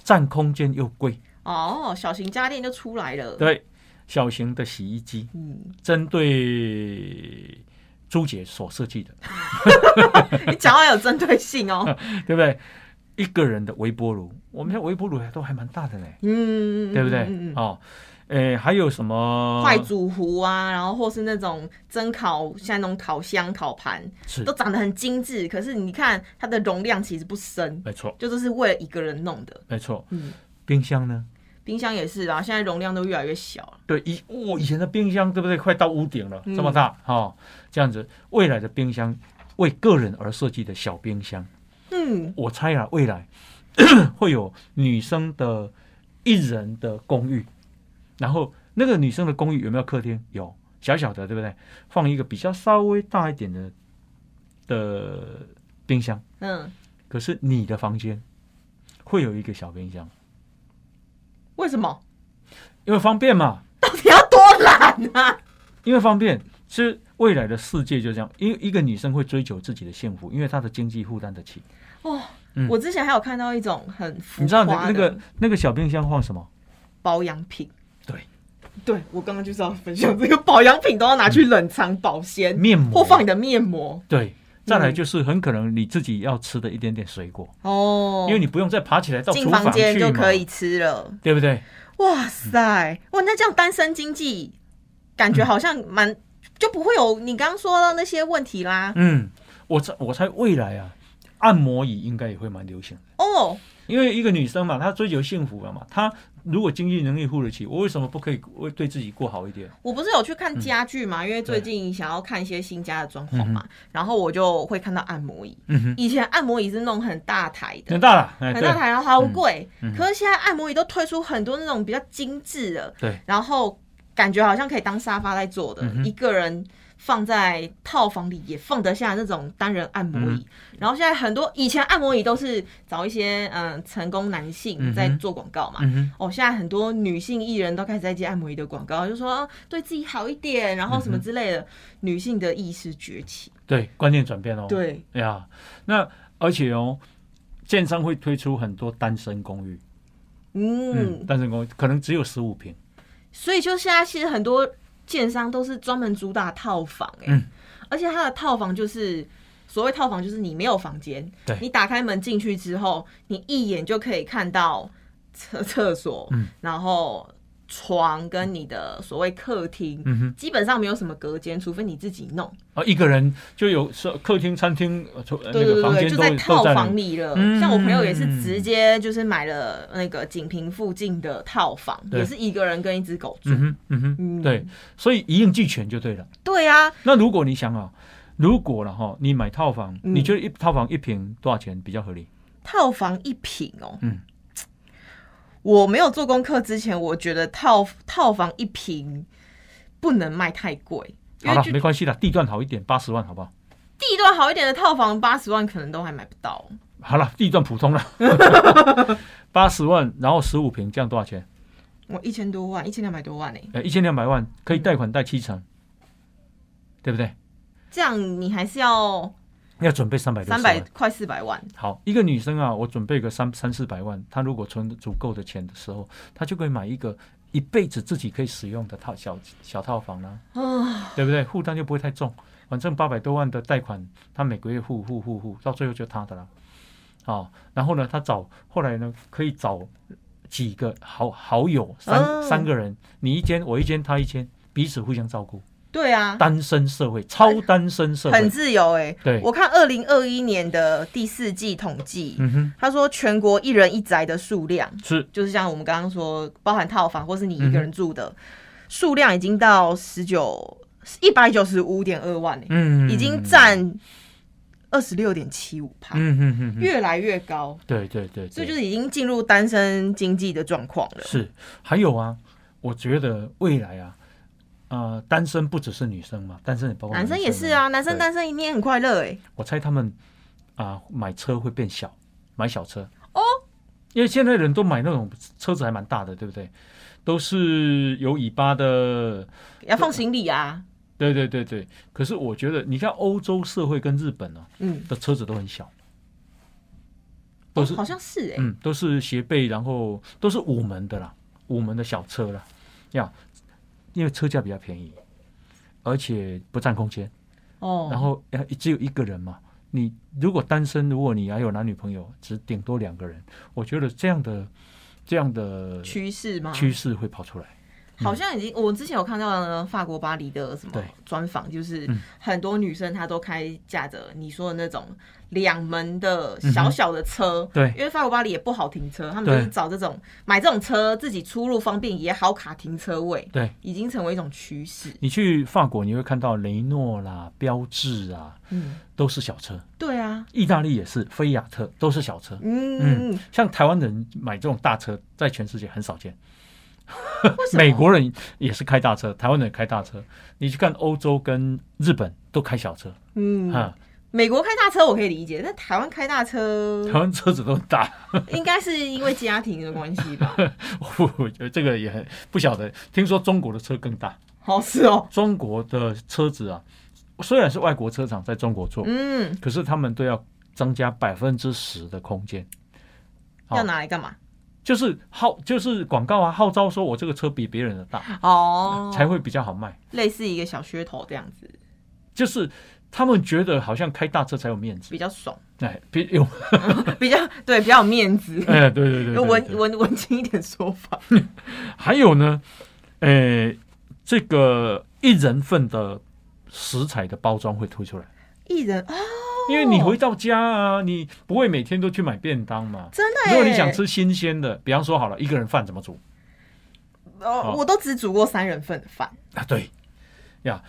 占空间又贵，哦，小型家电就出来了。，对。小型的洗衣机嗯，针对朱姐所设计的，你讲话有针对 性哦。对不对？一个人的微波炉，我们现在微波炉还都还蛮大的呢。嗯，对不对？嗯嗯嗯哦，诶，还有什么？快煮壶啊，然后或是那种蒸烤，像那种烤箱、烤盘，是都长得很精致，可是你看它的容量其实不深，没错，就都是为了一个人弄的。没错。嗯，冰箱呢？冰箱也是啊，现在容量都越来越小了。对，以我、以前的冰箱，对不对？快到屋顶了，嗯这么大哈、哦，这样子，未来的冰箱为个人而设计的小冰箱，嗯，我猜啊，未来 会有女生的一人的公寓，然后那个女生的公寓有没有客厅？有，小小的，对不对？放一个比较稍微大一点的的冰箱。嗯，可是你的房间会有一个小冰箱，为什么？ 因为方便嘛，到底要多懒啊？因为方便。其实未来的世界就这样，因为一个女生会追求自己的幸福，因为她的经济负担得起。哦，嗯我之前还有看到一种很浮你知道那夸那嗯的个那个小冰箱放什么？保养品。对，对我刚刚就是要分享这个保养品都要拿去冷藏保鲜，面膜或呃放你的面膜对，再来就是很可能你自己要吃的一点点水果，哦，嗯因为你不用再爬起来到进厨房房间去就嘛，可以吃了。对不对？哇塞，哇，那这样单身经济感觉好像蛮、就不会有你刚刚说到那些问题啦。嗯，我猜我猜未来啊，按摩椅应该也会蛮流行的。哦，因为一个女生嘛，她追求幸福了嘛，她如果经济能力付得起，我为什么不可以为对自己过好一点？我不是有去看家具嗯嘛，因为最近想要看一些新家的装潢嘛，然后我就会看到按摩椅。嗯哼，以前按摩椅是那种很大台的很，大了，哎，很对大，台，然后好贵。嗯嗯可是现在按摩椅都推出很多那种比较精致的，对，然后感觉好像可以当沙发在坐的，嗯哼一个人放在套房里也放得下那种单人按摩嗯椅。然后现在很多以前按摩椅都是找一些嗯、呃成功男性嗯哼在做广告嘛。嗯哼，哦，现在很多女性艺人都开始在接按摩椅的广告，就说、啊对自己好一点，然后嗯什么之类的，女性的意识崛起。对，观念转变哦，对，呀，那而且哦，建商会推出很多单身公寓，嗯嗯，单身公寓可能只有十五平，所以就现在其实很多建商都是专门主打套房、欸，嗯而且它的套房就是所谓套房，就是你没有房间，对你打开门进去之后，你一眼就可以看到厕厕所，嗯然后床跟你的所谓客厅，嗯哼，基本上没有什么隔间，除非你自己弄，啊，一个人就有是客厅、餐厅、呃厨呃对那对个对房对，间就都在套都在房里，里了。嗯像我朋友也是直接就是买了那个锦屏附近的套房，对也是一个人跟一只狗住嗯。哼，嗯哼，嗯，对，所以一应俱全就对了。对啊，那如果你想啊，如果了哈，你买套房，嗯你觉得一套房一平多少钱比较合理？套房一平哦，嗯，我没有做功课之前，我觉得套套房一平不能卖太贵，因好为了，就没关系啦，地段好一点，八十万好不好？地段好一点的套房八十万可能都还买不到，好了，地段普通了， 八十万，然后十五平，这样多少钱？我一千多万，一千两百多万呢、欸呃，一千两百万，可以贷款贷七成，对不对？这样你还是要要准备三百六三十百万。快四百万，好，一个女生啊，我准备个三三四百万，她如果存足够的钱的时候，她就可以买一个一辈子自己可以使用的套小小套房啦、啊，对不对？负担就不会太重。反正八百多万的贷款，他每个月付付付付，到最后就他的了。哦，然后呢，他找后来呢，可以找几个好好友，三、嗯三个人，你一间我一间他一间，彼此互相照顾，对啊，单身社会，超单身社很会，自由哎、对，我看二零二一年的第四季统计，嗯哼，他说全国一人一宅的数量，是就是像我们刚刚说，包含套房或是你嗯一个人住的数、量，已经到十九一百九十五点二万、欸嗯，已经，占二十六点七五趴，嗯哼哼哼，越来越高，对对对，所对以就是已经进入单身经济的状况了。是，还有啊，我觉得未来啊，呃，单身不只是女生嘛，单身也包括男生也是嘛啊，男生对单身你也很快乐哎、我猜他们啊、买车会变小，买小车哦，因为现在人都买那种车子还蛮大的，对不对？都是有尾巴的，要放行李啊，对对对对。可是我觉得，你看欧洲社会跟日本哦、嗯，的车子都很小，都是、好像是哎、嗯，都是斜背，然后都是五门的啦，五门的小车啦，呀，因为车价比较便宜，而且不占空间。哦，然后呃只有一个人嘛。你如果单身，如果你还有男女朋友，只顶多两个人，我觉得这样的这样的趋势吗？趋势会跑出来。好像已经，我之前有看到呢，法国巴黎的什么对专访，就是嗯很多女生她都开驾着你说的那种两门的嗯小小的车，对因为法国巴黎也不好停车，他们就是对找这种买这种车自己出入方便也好卡停车位，对已经成为一种趋势。你去法国，你会看到雷诺啦、标致啊，嗯，都是小车；对啊，意大利也是，菲亚特都是小车。嗯，像台湾人买这种大车，在全世界很少见。为什么美国人也是开大车，台湾人也开大车。你去看欧洲跟日本都开小车，嗯，啊、美国开大车我可以理解，但台湾开大车 台湾车子都很大。 应该是因为家庭的关系吧？我我觉得这个也很不晓得。听说中国的车更大，好是哦，中国的车子啊，虽然是外国车厂在中国做，嗯，可是他们都要增加百分之十的空间。好要拿来干嘛？就是号就是广告啊，号召说我这个车比别人的大，哦，才会比较好卖。类似一个小噱头这样子，就是他们觉得好像开大车才有面子，比较爽， 哎，别有比较对，比较有面子，哎，对对对有对文对文文青一点说法。还有呢，呃，这个一人份的食材的包装会推出来。艺人啊，因为你回到家啊，你不会每天都去买便当嘛。真的耶如果你想，吃新鲜的，比方说好了，一个人饭怎 么煮哦好，我都只煮过三人份的饭，啊？对，呀，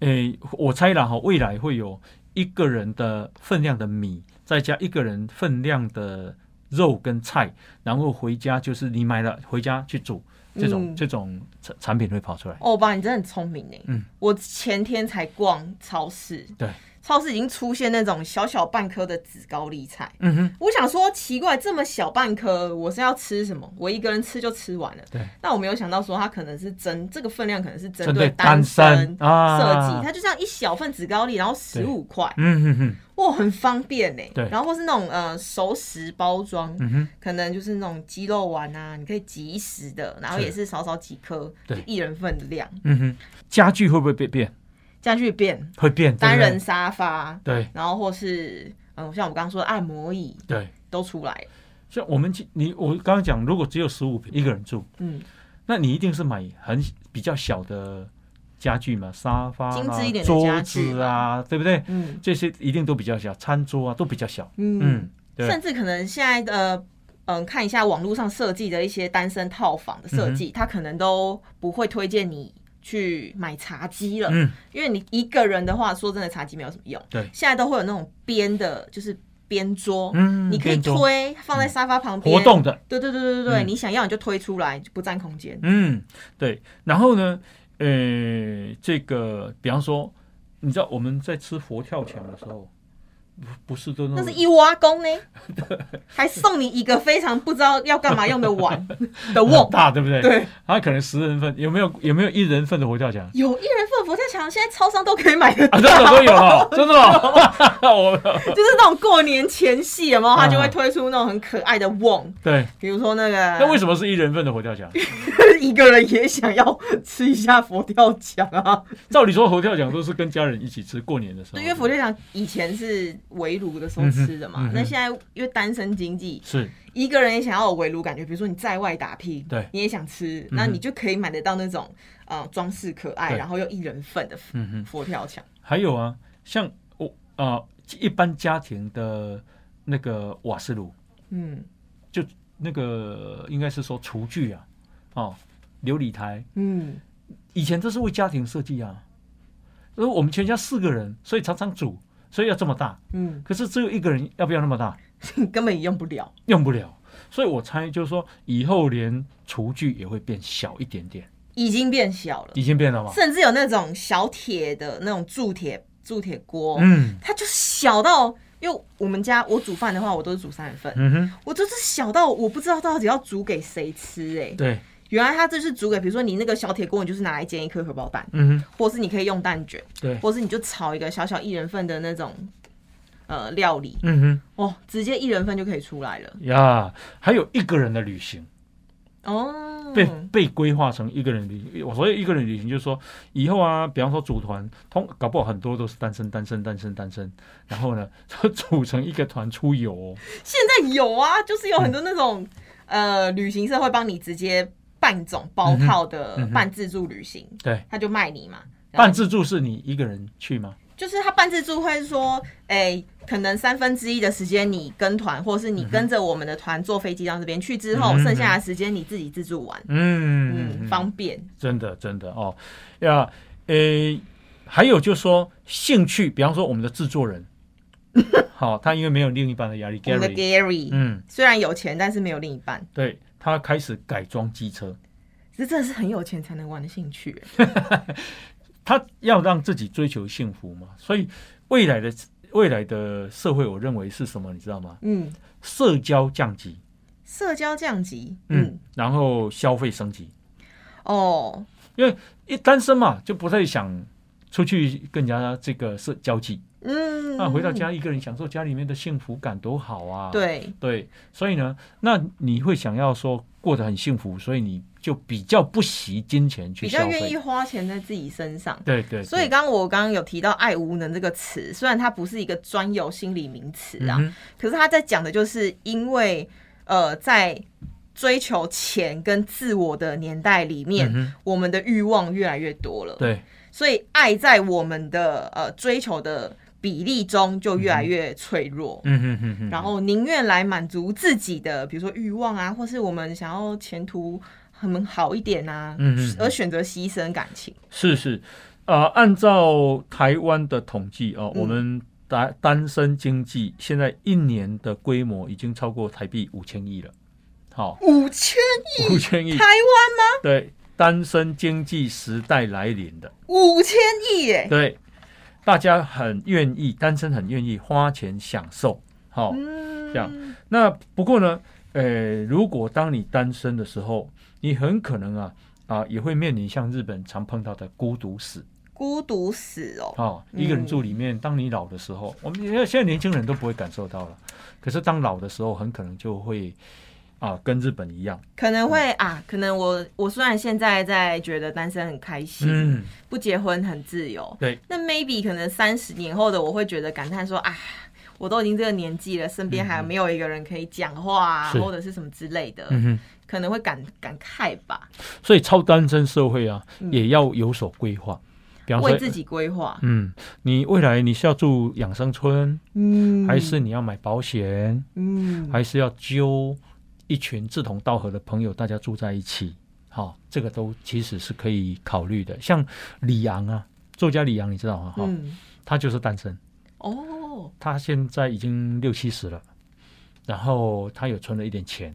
诶，我猜了哈，未来会有一个人的分量的米，再加一个人分量的肉跟菜，然后回家就是你买了回家去煮，这种、嗯这种产产品会跑出来。哦，爸，你真的很聪明哎。嗯，我前天才逛超市，对，超市已经出现那种小小半颗的紫高丽菜。嗯哼，我想说，奇怪，这么小半颗，我是要吃什么？我一个人吃就吃完了。对。那我没有想到说，它可能是针，这个分量可能是针针对单单身身啊设计，它就像一小份紫高丽，然后十五块，嗯哼哼，哇，很方便呢。对然后或是那种呃熟食包装，嗯哼，可能就是那种鸡肉丸啊，你可以即食的，然后是也是少少几颗，就对一人份的量，嗯哼，家具会不会变变？这样去变会变，对不对单人沙发，对然后或是嗯，像我刚刚说的按摩椅对。都出来了，像我们去你我刚刚讲，如果只有十五平一个人住，嗯，那你一定是买很比较小的家具嘛，沙发、啊、精致一点的家桌具嘛子啊，对不对？嗯。这些一定都比较小，餐桌啊都比较小。嗯嗯，，对甚至可能现在的。嗯，看一下网络上设计的一些单身套房的设嗯计，它可能都不会推荐你去买茶几了，嗯，因为你一个人的话，说真的，茶几没有什么用。对现在都会有那种边的，就是边桌，嗯哦你可以边桌嗯推放在沙发旁边活。动的，对对对对对对，嗯你想要你就推出来，就不占空间。嗯，对。然后呢，呃，这个比方说，你知道我们在吃佛跳墙的时候，不不是都那那是种一挖工呢， 还送你一个非常不知道要干嘛用的碗 的瓮很。大，对不对？对，它可能十人份，有没有有没有一人份的佛跳墙？有一人份佛跳墙，现在超商都可以买得到。啊，真的都有 了，真的哦， 我就是那种过年前夕，有没有？他就会嗯推出那种很可爱的瓮，对，比如说那个，那为什什么是一人份的佛跳墙？么一个人也想要吃一下佛跳墙啊？哦照理说，佛跳墙都是跟家人一起吃，过年的时候。对，因为佛跳墙以前是围炉的时候吃的嘛。嗯哼嗯哼那现在因为单身经济，是一个人也想要有围炉感觉，比如说你在外打拼，对嗯你也想吃，那你就可以买得到那种呃装饰可爱，对然后又一人份的嗯哼。佛跳墙。还有啊，像我啊、一般家庭的那个瓦斯炉，嗯那个应该是说厨具啊，哦，琉璃台，嗯，以前都是为家庭设计啊。因为我们全家四个人，所以常常煮，所以要这么大。 嗯，可是只有一个人，要不要那么大？根本也用不了。用不了。所以我猜就是说，以后连厨具也会变小一点点，已经变小了，已经变了吗？甚至有那种小铁的那种铸铁铸铁锅，嗯它就小到，因为我们家我煮饭的话，我都是煮三人份，嗯哼，我就是小到我不知道到底要煮给谁吃哎、对，原来它这是煮给，比如说你那个小铁锅，你就是拿来煎一颗荷包蛋，嗯哼，或是你可以用蛋卷，对，或是你就炒一个小小一人份的那种呃料理，嗯哼哦，直接一人份就可以出来了呀，还有一个人的旅行。哦。被被规划成一个人旅行。我所以一个人旅行就是说，以后啊，比方说组团，通搞不好很多都是单身、单身、单身、单身，然后呢， 就组成一个团出游、哦。现在有啊，就是嗯有很多那种、呃旅行社会帮你直接办这种包套的嗯哼半自助旅行，对，他就卖你嘛。然后半自助是你一个人去吗？就是他半自助会说，哎、可能三分之一的时间你跟团，或是你跟着我们的团坐飞机到这边去之后，嗯哼剩下的时间你自己自助玩，嗯嗯，方便。真的真的哦，呀，诶，还有就是说兴趣，比方说我们的制作人， 好、他因为没有另一半的压力我们的，Gary， Gary、嗯，虽然有钱，但是没有另一半，对他开始改装机车，这真的是很有钱才能玩的兴趣。他要让自己追求幸福嘛，所以未来的未来的社会，我认为是什么，你知道吗？嗯，社交降级，社交降级，嗯，嗯，然后消费升级，哦，一单身嘛，就不太想出去跟人家这个社交际，嗯，那、啊回到，家一个人享受家里面的幸福感多好啊！对，对，所以呢，那你会想要说过得很幸福，所以你就比较不惜金钱去比消较费，愿意花钱在自己身上。对对对，所以刚刚我刚刚有提到“爱无能”这个词，虽然它不是一个专有心理名词啊，嗯哼可是他在讲的就是因为呃，在追求钱跟自我的年代里面，嗯我们的欲望越来越多了，对，所以爱在我们的呃追求的比例中就越来越脆弱。嗯哼哼哼，然后宁愿来满足自己的，比如说欲望啊，或是我们想要前途很好一点啊，嗯嗯嗯而选择牺牲感情。是是，啊、按照台湾的统计哦，嗯我们单单身经济现在一年的规模已经超过台币五千亿了，好、五千 五千亿台，湾对，单身经济时代来临的，五千亿耶，对，大家很愿意，单身很愿意花钱享受，好、嗯，这样那不过呢，呃，如果当你单身的时候，你很可能啊啊也会面临像日本常碰到的孤独死孤独死哦，啊、哦，一个人住里面，当你老的时候，我们现在现在年轻人都不会感受到了，可是当老的时候，很可能就会啊，跟日本一样，可能会啊，可能我我虽然现在在觉得单身很开心，嗯，不结婚很自由，对，那 maybe 可能三十年后的我会觉得感叹说啊，我都已经这个年纪了，嗯身边还没有一个人可以讲话、啊是或者是什么之类的，嗯可能会感感慨吧，哼，所以超单身社会啊，嗯也要有所规划，比方为说，自己规划，嗯，你未来你是要住养生村，嗯还是你要买保险，嗯，还是要揪一群志同道合的朋友，大家住在一起，好、这个都其实是可以考虑的。像李昂啊，作家李昂，你知道吗？哈、嗯，他就是单身，哦，他现在已经六七十了，然后他有存了一点钱，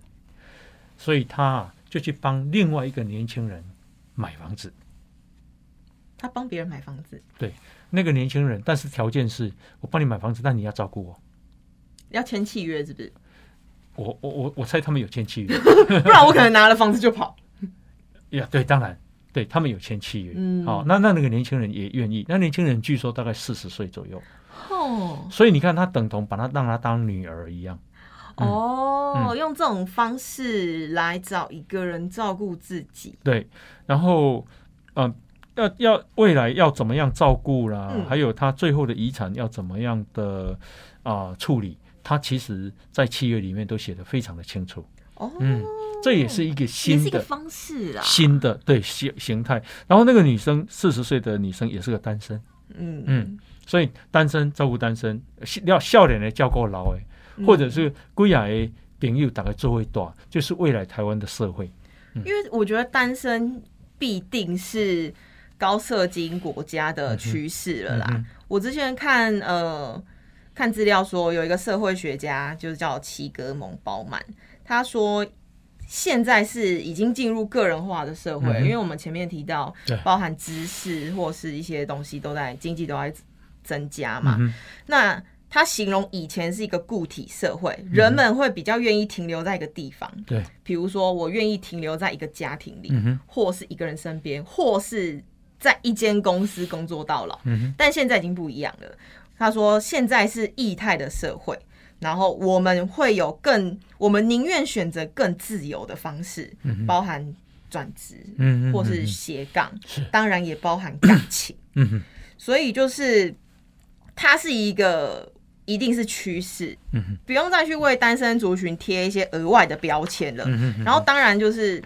所以他啊就去帮另外一个年轻人买房子。他帮别人买房子，那个年轻人，但是条件是我帮你买房子，但你要照顾我。要签契约是不是？我我我我猜他们有签契约不然我可能拿了房子就跑，呀，对，当然，对他们有签契约。嗯好、那那那个年轻人也愿意。那年轻人据说大概四十岁左右，哦。所以你看他等同把他让他当女儿一样。嗯哦，用这种方式来找一个人照顾自己，对，然后，呃，要要未来要怎么样照顾啦，嗯还有他最后的遗产要怎么样的啊、处理，它其实在契约里面都写的非常的清楚。哦，嗯，这也是一个也新是一个的方式啊。新的对形形态。然后那个女生四十岁的女生也是个单身，嗯嗯，所以单身照顾单身，要笑脸的叫够老诶，嗯或者是贵雅的朋友大概做会大，就是未来台湾的社会。因为我觉得单身必定是高射精国家的趋势了啦。嗯我之前看呃看资料说，有一个社会学家就是叫齐格蒙鲍曼，他说。现在是已经进入个人化的社会，嗯哼因为我们前面提到对，包含知识或是一些东西都在经济都在增加嘛。嗯哼那他形容以前是一个固体社会，人们会比较愿意停留在一个地方，嗯对，比如说我愿意停留在一个家庭里，嗯哼，或是一个人身边，或是在一间公司工作到老。嗯哼，但现在已经不一样了。他说现在是异态的社会，然后我们会有更，我们宁愿选择更自由的方式，包含转职嗯哼，或嗯是哼斜杠是，当然也包含感情。嗯哼，所以就是它是一个一定是趋势，嗯哼不用再去为单身族群贴一些额外的标签嗯了。然后当然就是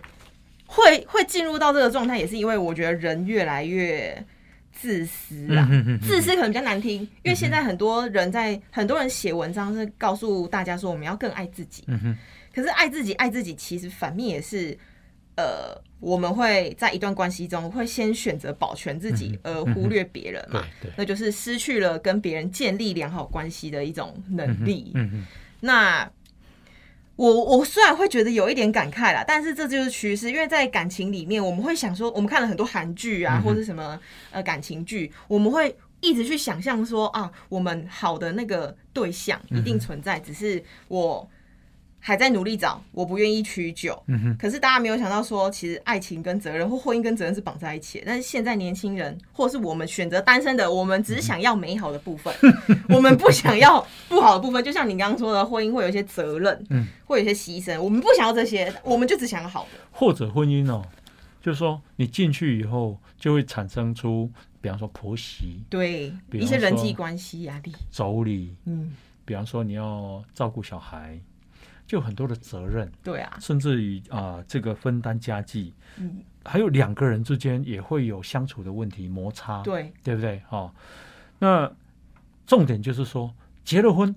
会会进入到这个状态，也是因为我觉得人越来越自私啦。嗯哼，自私可能比较难听，因为现在很多人在很多人写文章是告诉大家说我们要更爱自己，嗯哼，可是爱自己爱自己其实反面也是，呃，我们会在一段关系中会先选择保全自己，嗯而忽略别人嘛对。对，那就是失去了跟别人建立良好关系的一种能力。嗯哼，那我我虽然会觉得有一点感慨啦，但是这就是趋势，因为在感情里面，我们会想说，我们看了很多韩剧嗯啊，或者什么呃感情剧，我们会一直去想象说啊，我们好的那个对象一嗯定存在，只是我。还在努力找，我不愿意屈就。嗯哼可是大家没有想到说，其实爱情跟责任或婚姻跟责任是绑在一起的。但是现在年轻人，或者是我们选择单身的，我嗯们只想要美好的部分， 我们不想要不好的部分。就像你刚刚说的，婚姻会有一些责任，嗯，会有一些牺牲，我们不想要这些，我们就只想要好的。或者婚姻哦，就是说你进去以后就会产生出，比方说婆媳、对，比一方些人说际关系压力，妯娌，嗯，比方说你要照顾小孩，就很多的责任，对啊，甚至于啊、这个分担家计，嗯，还有两个人之间也会有相处的问题摩擦，对，对不对？哦，那重点就是说，结了婚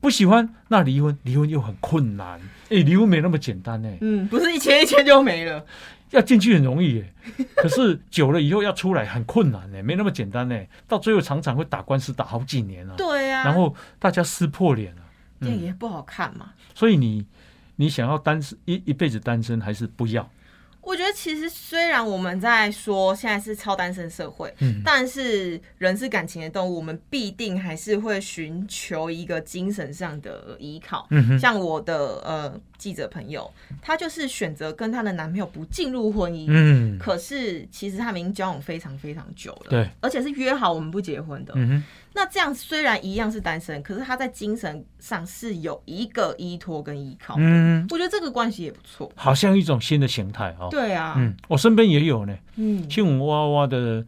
不喜欢，那离婚，离婚又很困难，哎，离婚没那么简单呢，嗯，不是一千一千就没了，要进去很容易耶， 可是久了以后要出来很困难呢，没那么简单呢，到最后常常会打官司打好几年啊，对啊，然后大家撕破脸啊，这样也不好看嘛。所以你你想要单身一一辈子单身还是不要？我觉得其实虽然我们在说现在是超单身社会，嗯但是人是感情的动物，我们必定还是会寻求一个精神上的依靠。嗯哼，像我的呃记者朋友，她就是选择跟她的男朋友不进入婚姻，嗯，可是其实他们已经交往非常非常久了，对，而且是约好我们不结婚的。嗯哼，那这样虽然一样是单身，可是他在精神上是有一个依托跟依靠。嗯，我觉得这个关系也不错。好像一种新的形态哦。对啊，嗯，我身边也有呢，嗯，新闻哇哇的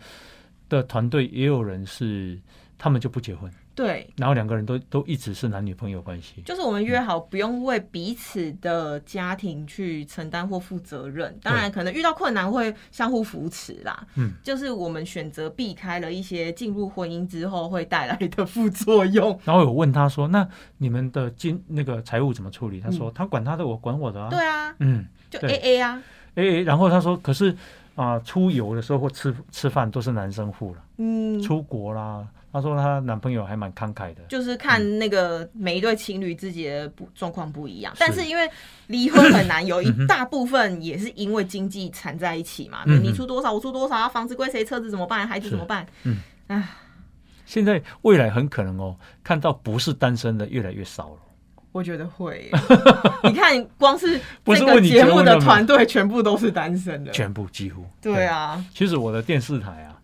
的团队也有人是他们就不结婚，对，然后两个人都都一直是男女朋友关系。就是我们约好不用为彼此的家庭去承担或负责任，当然可能遇到困难会相互扶持啦。嗯，就是我们选择避开了一些进入婚姻之后会带来的副作用。然后我问他说：“那你们的金那个财务怎么处理？”他说：“他管他的，我管我的啊。”嗯对啊，嗯，就对 A A 啊，诶，然后他说：“可是啊、出游的时候或吃吃饭都是男生付了，嗯，出国啦。”她说她男朋友还蛮慷慨的。就是看那个每一对情侣自己的不状况不一样，但是因为离婚很难，有一大部分也是因为经济缠在一起嘛，嗯嗯嗯你出多少我出多少，房子归谁，车子怎么办，孩子怎么办？现在未来很可能哦，看到不是单身的越来越少了。我觉得 会耶，你看光是不是这个问你节结目婚的了吗团队全部都是单身的，全部几乎。对，啊，其实我的电视台啊，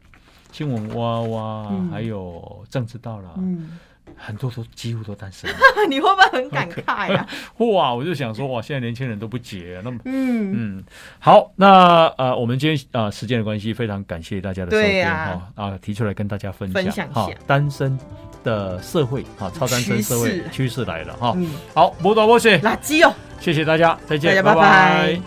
新闻哇哇啊，嗯还有政治道啦，嗯，很多都几乎都 单身。你会不会很感慨啊呀、哇，我就想说，哇，现在年轻人都不结、啊那么。 嗯，嗯，好，那呃，我们今天啊、呃时间的关系，非常感谢大家的收对听呀哈啊、提出来跟大家分享分享一下哈、单身的社会哈、超单身社趋会势趋势来了哈、嗯好，波导波谢，垃圾哦。谢谢大家，再大家见，拜拜拜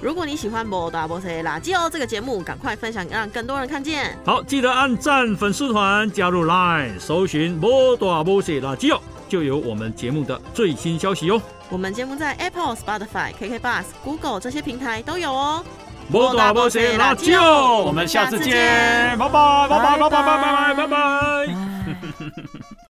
如果你喜欢《博达波塞垃圾哦》这个节目，赶快分享，让更多人看见。好，记得按赞粉丝团，加入 Line，搜寻波导波谢垃圾哦，就有我们节目的最新消息哟、哦。我们节目在 Apple、Spotify、KK Bus、Google 这些平台都有哦。波导波谢垃圾哦，我们下次见，拜拜拜拜拜拜拜拜拜拜。拜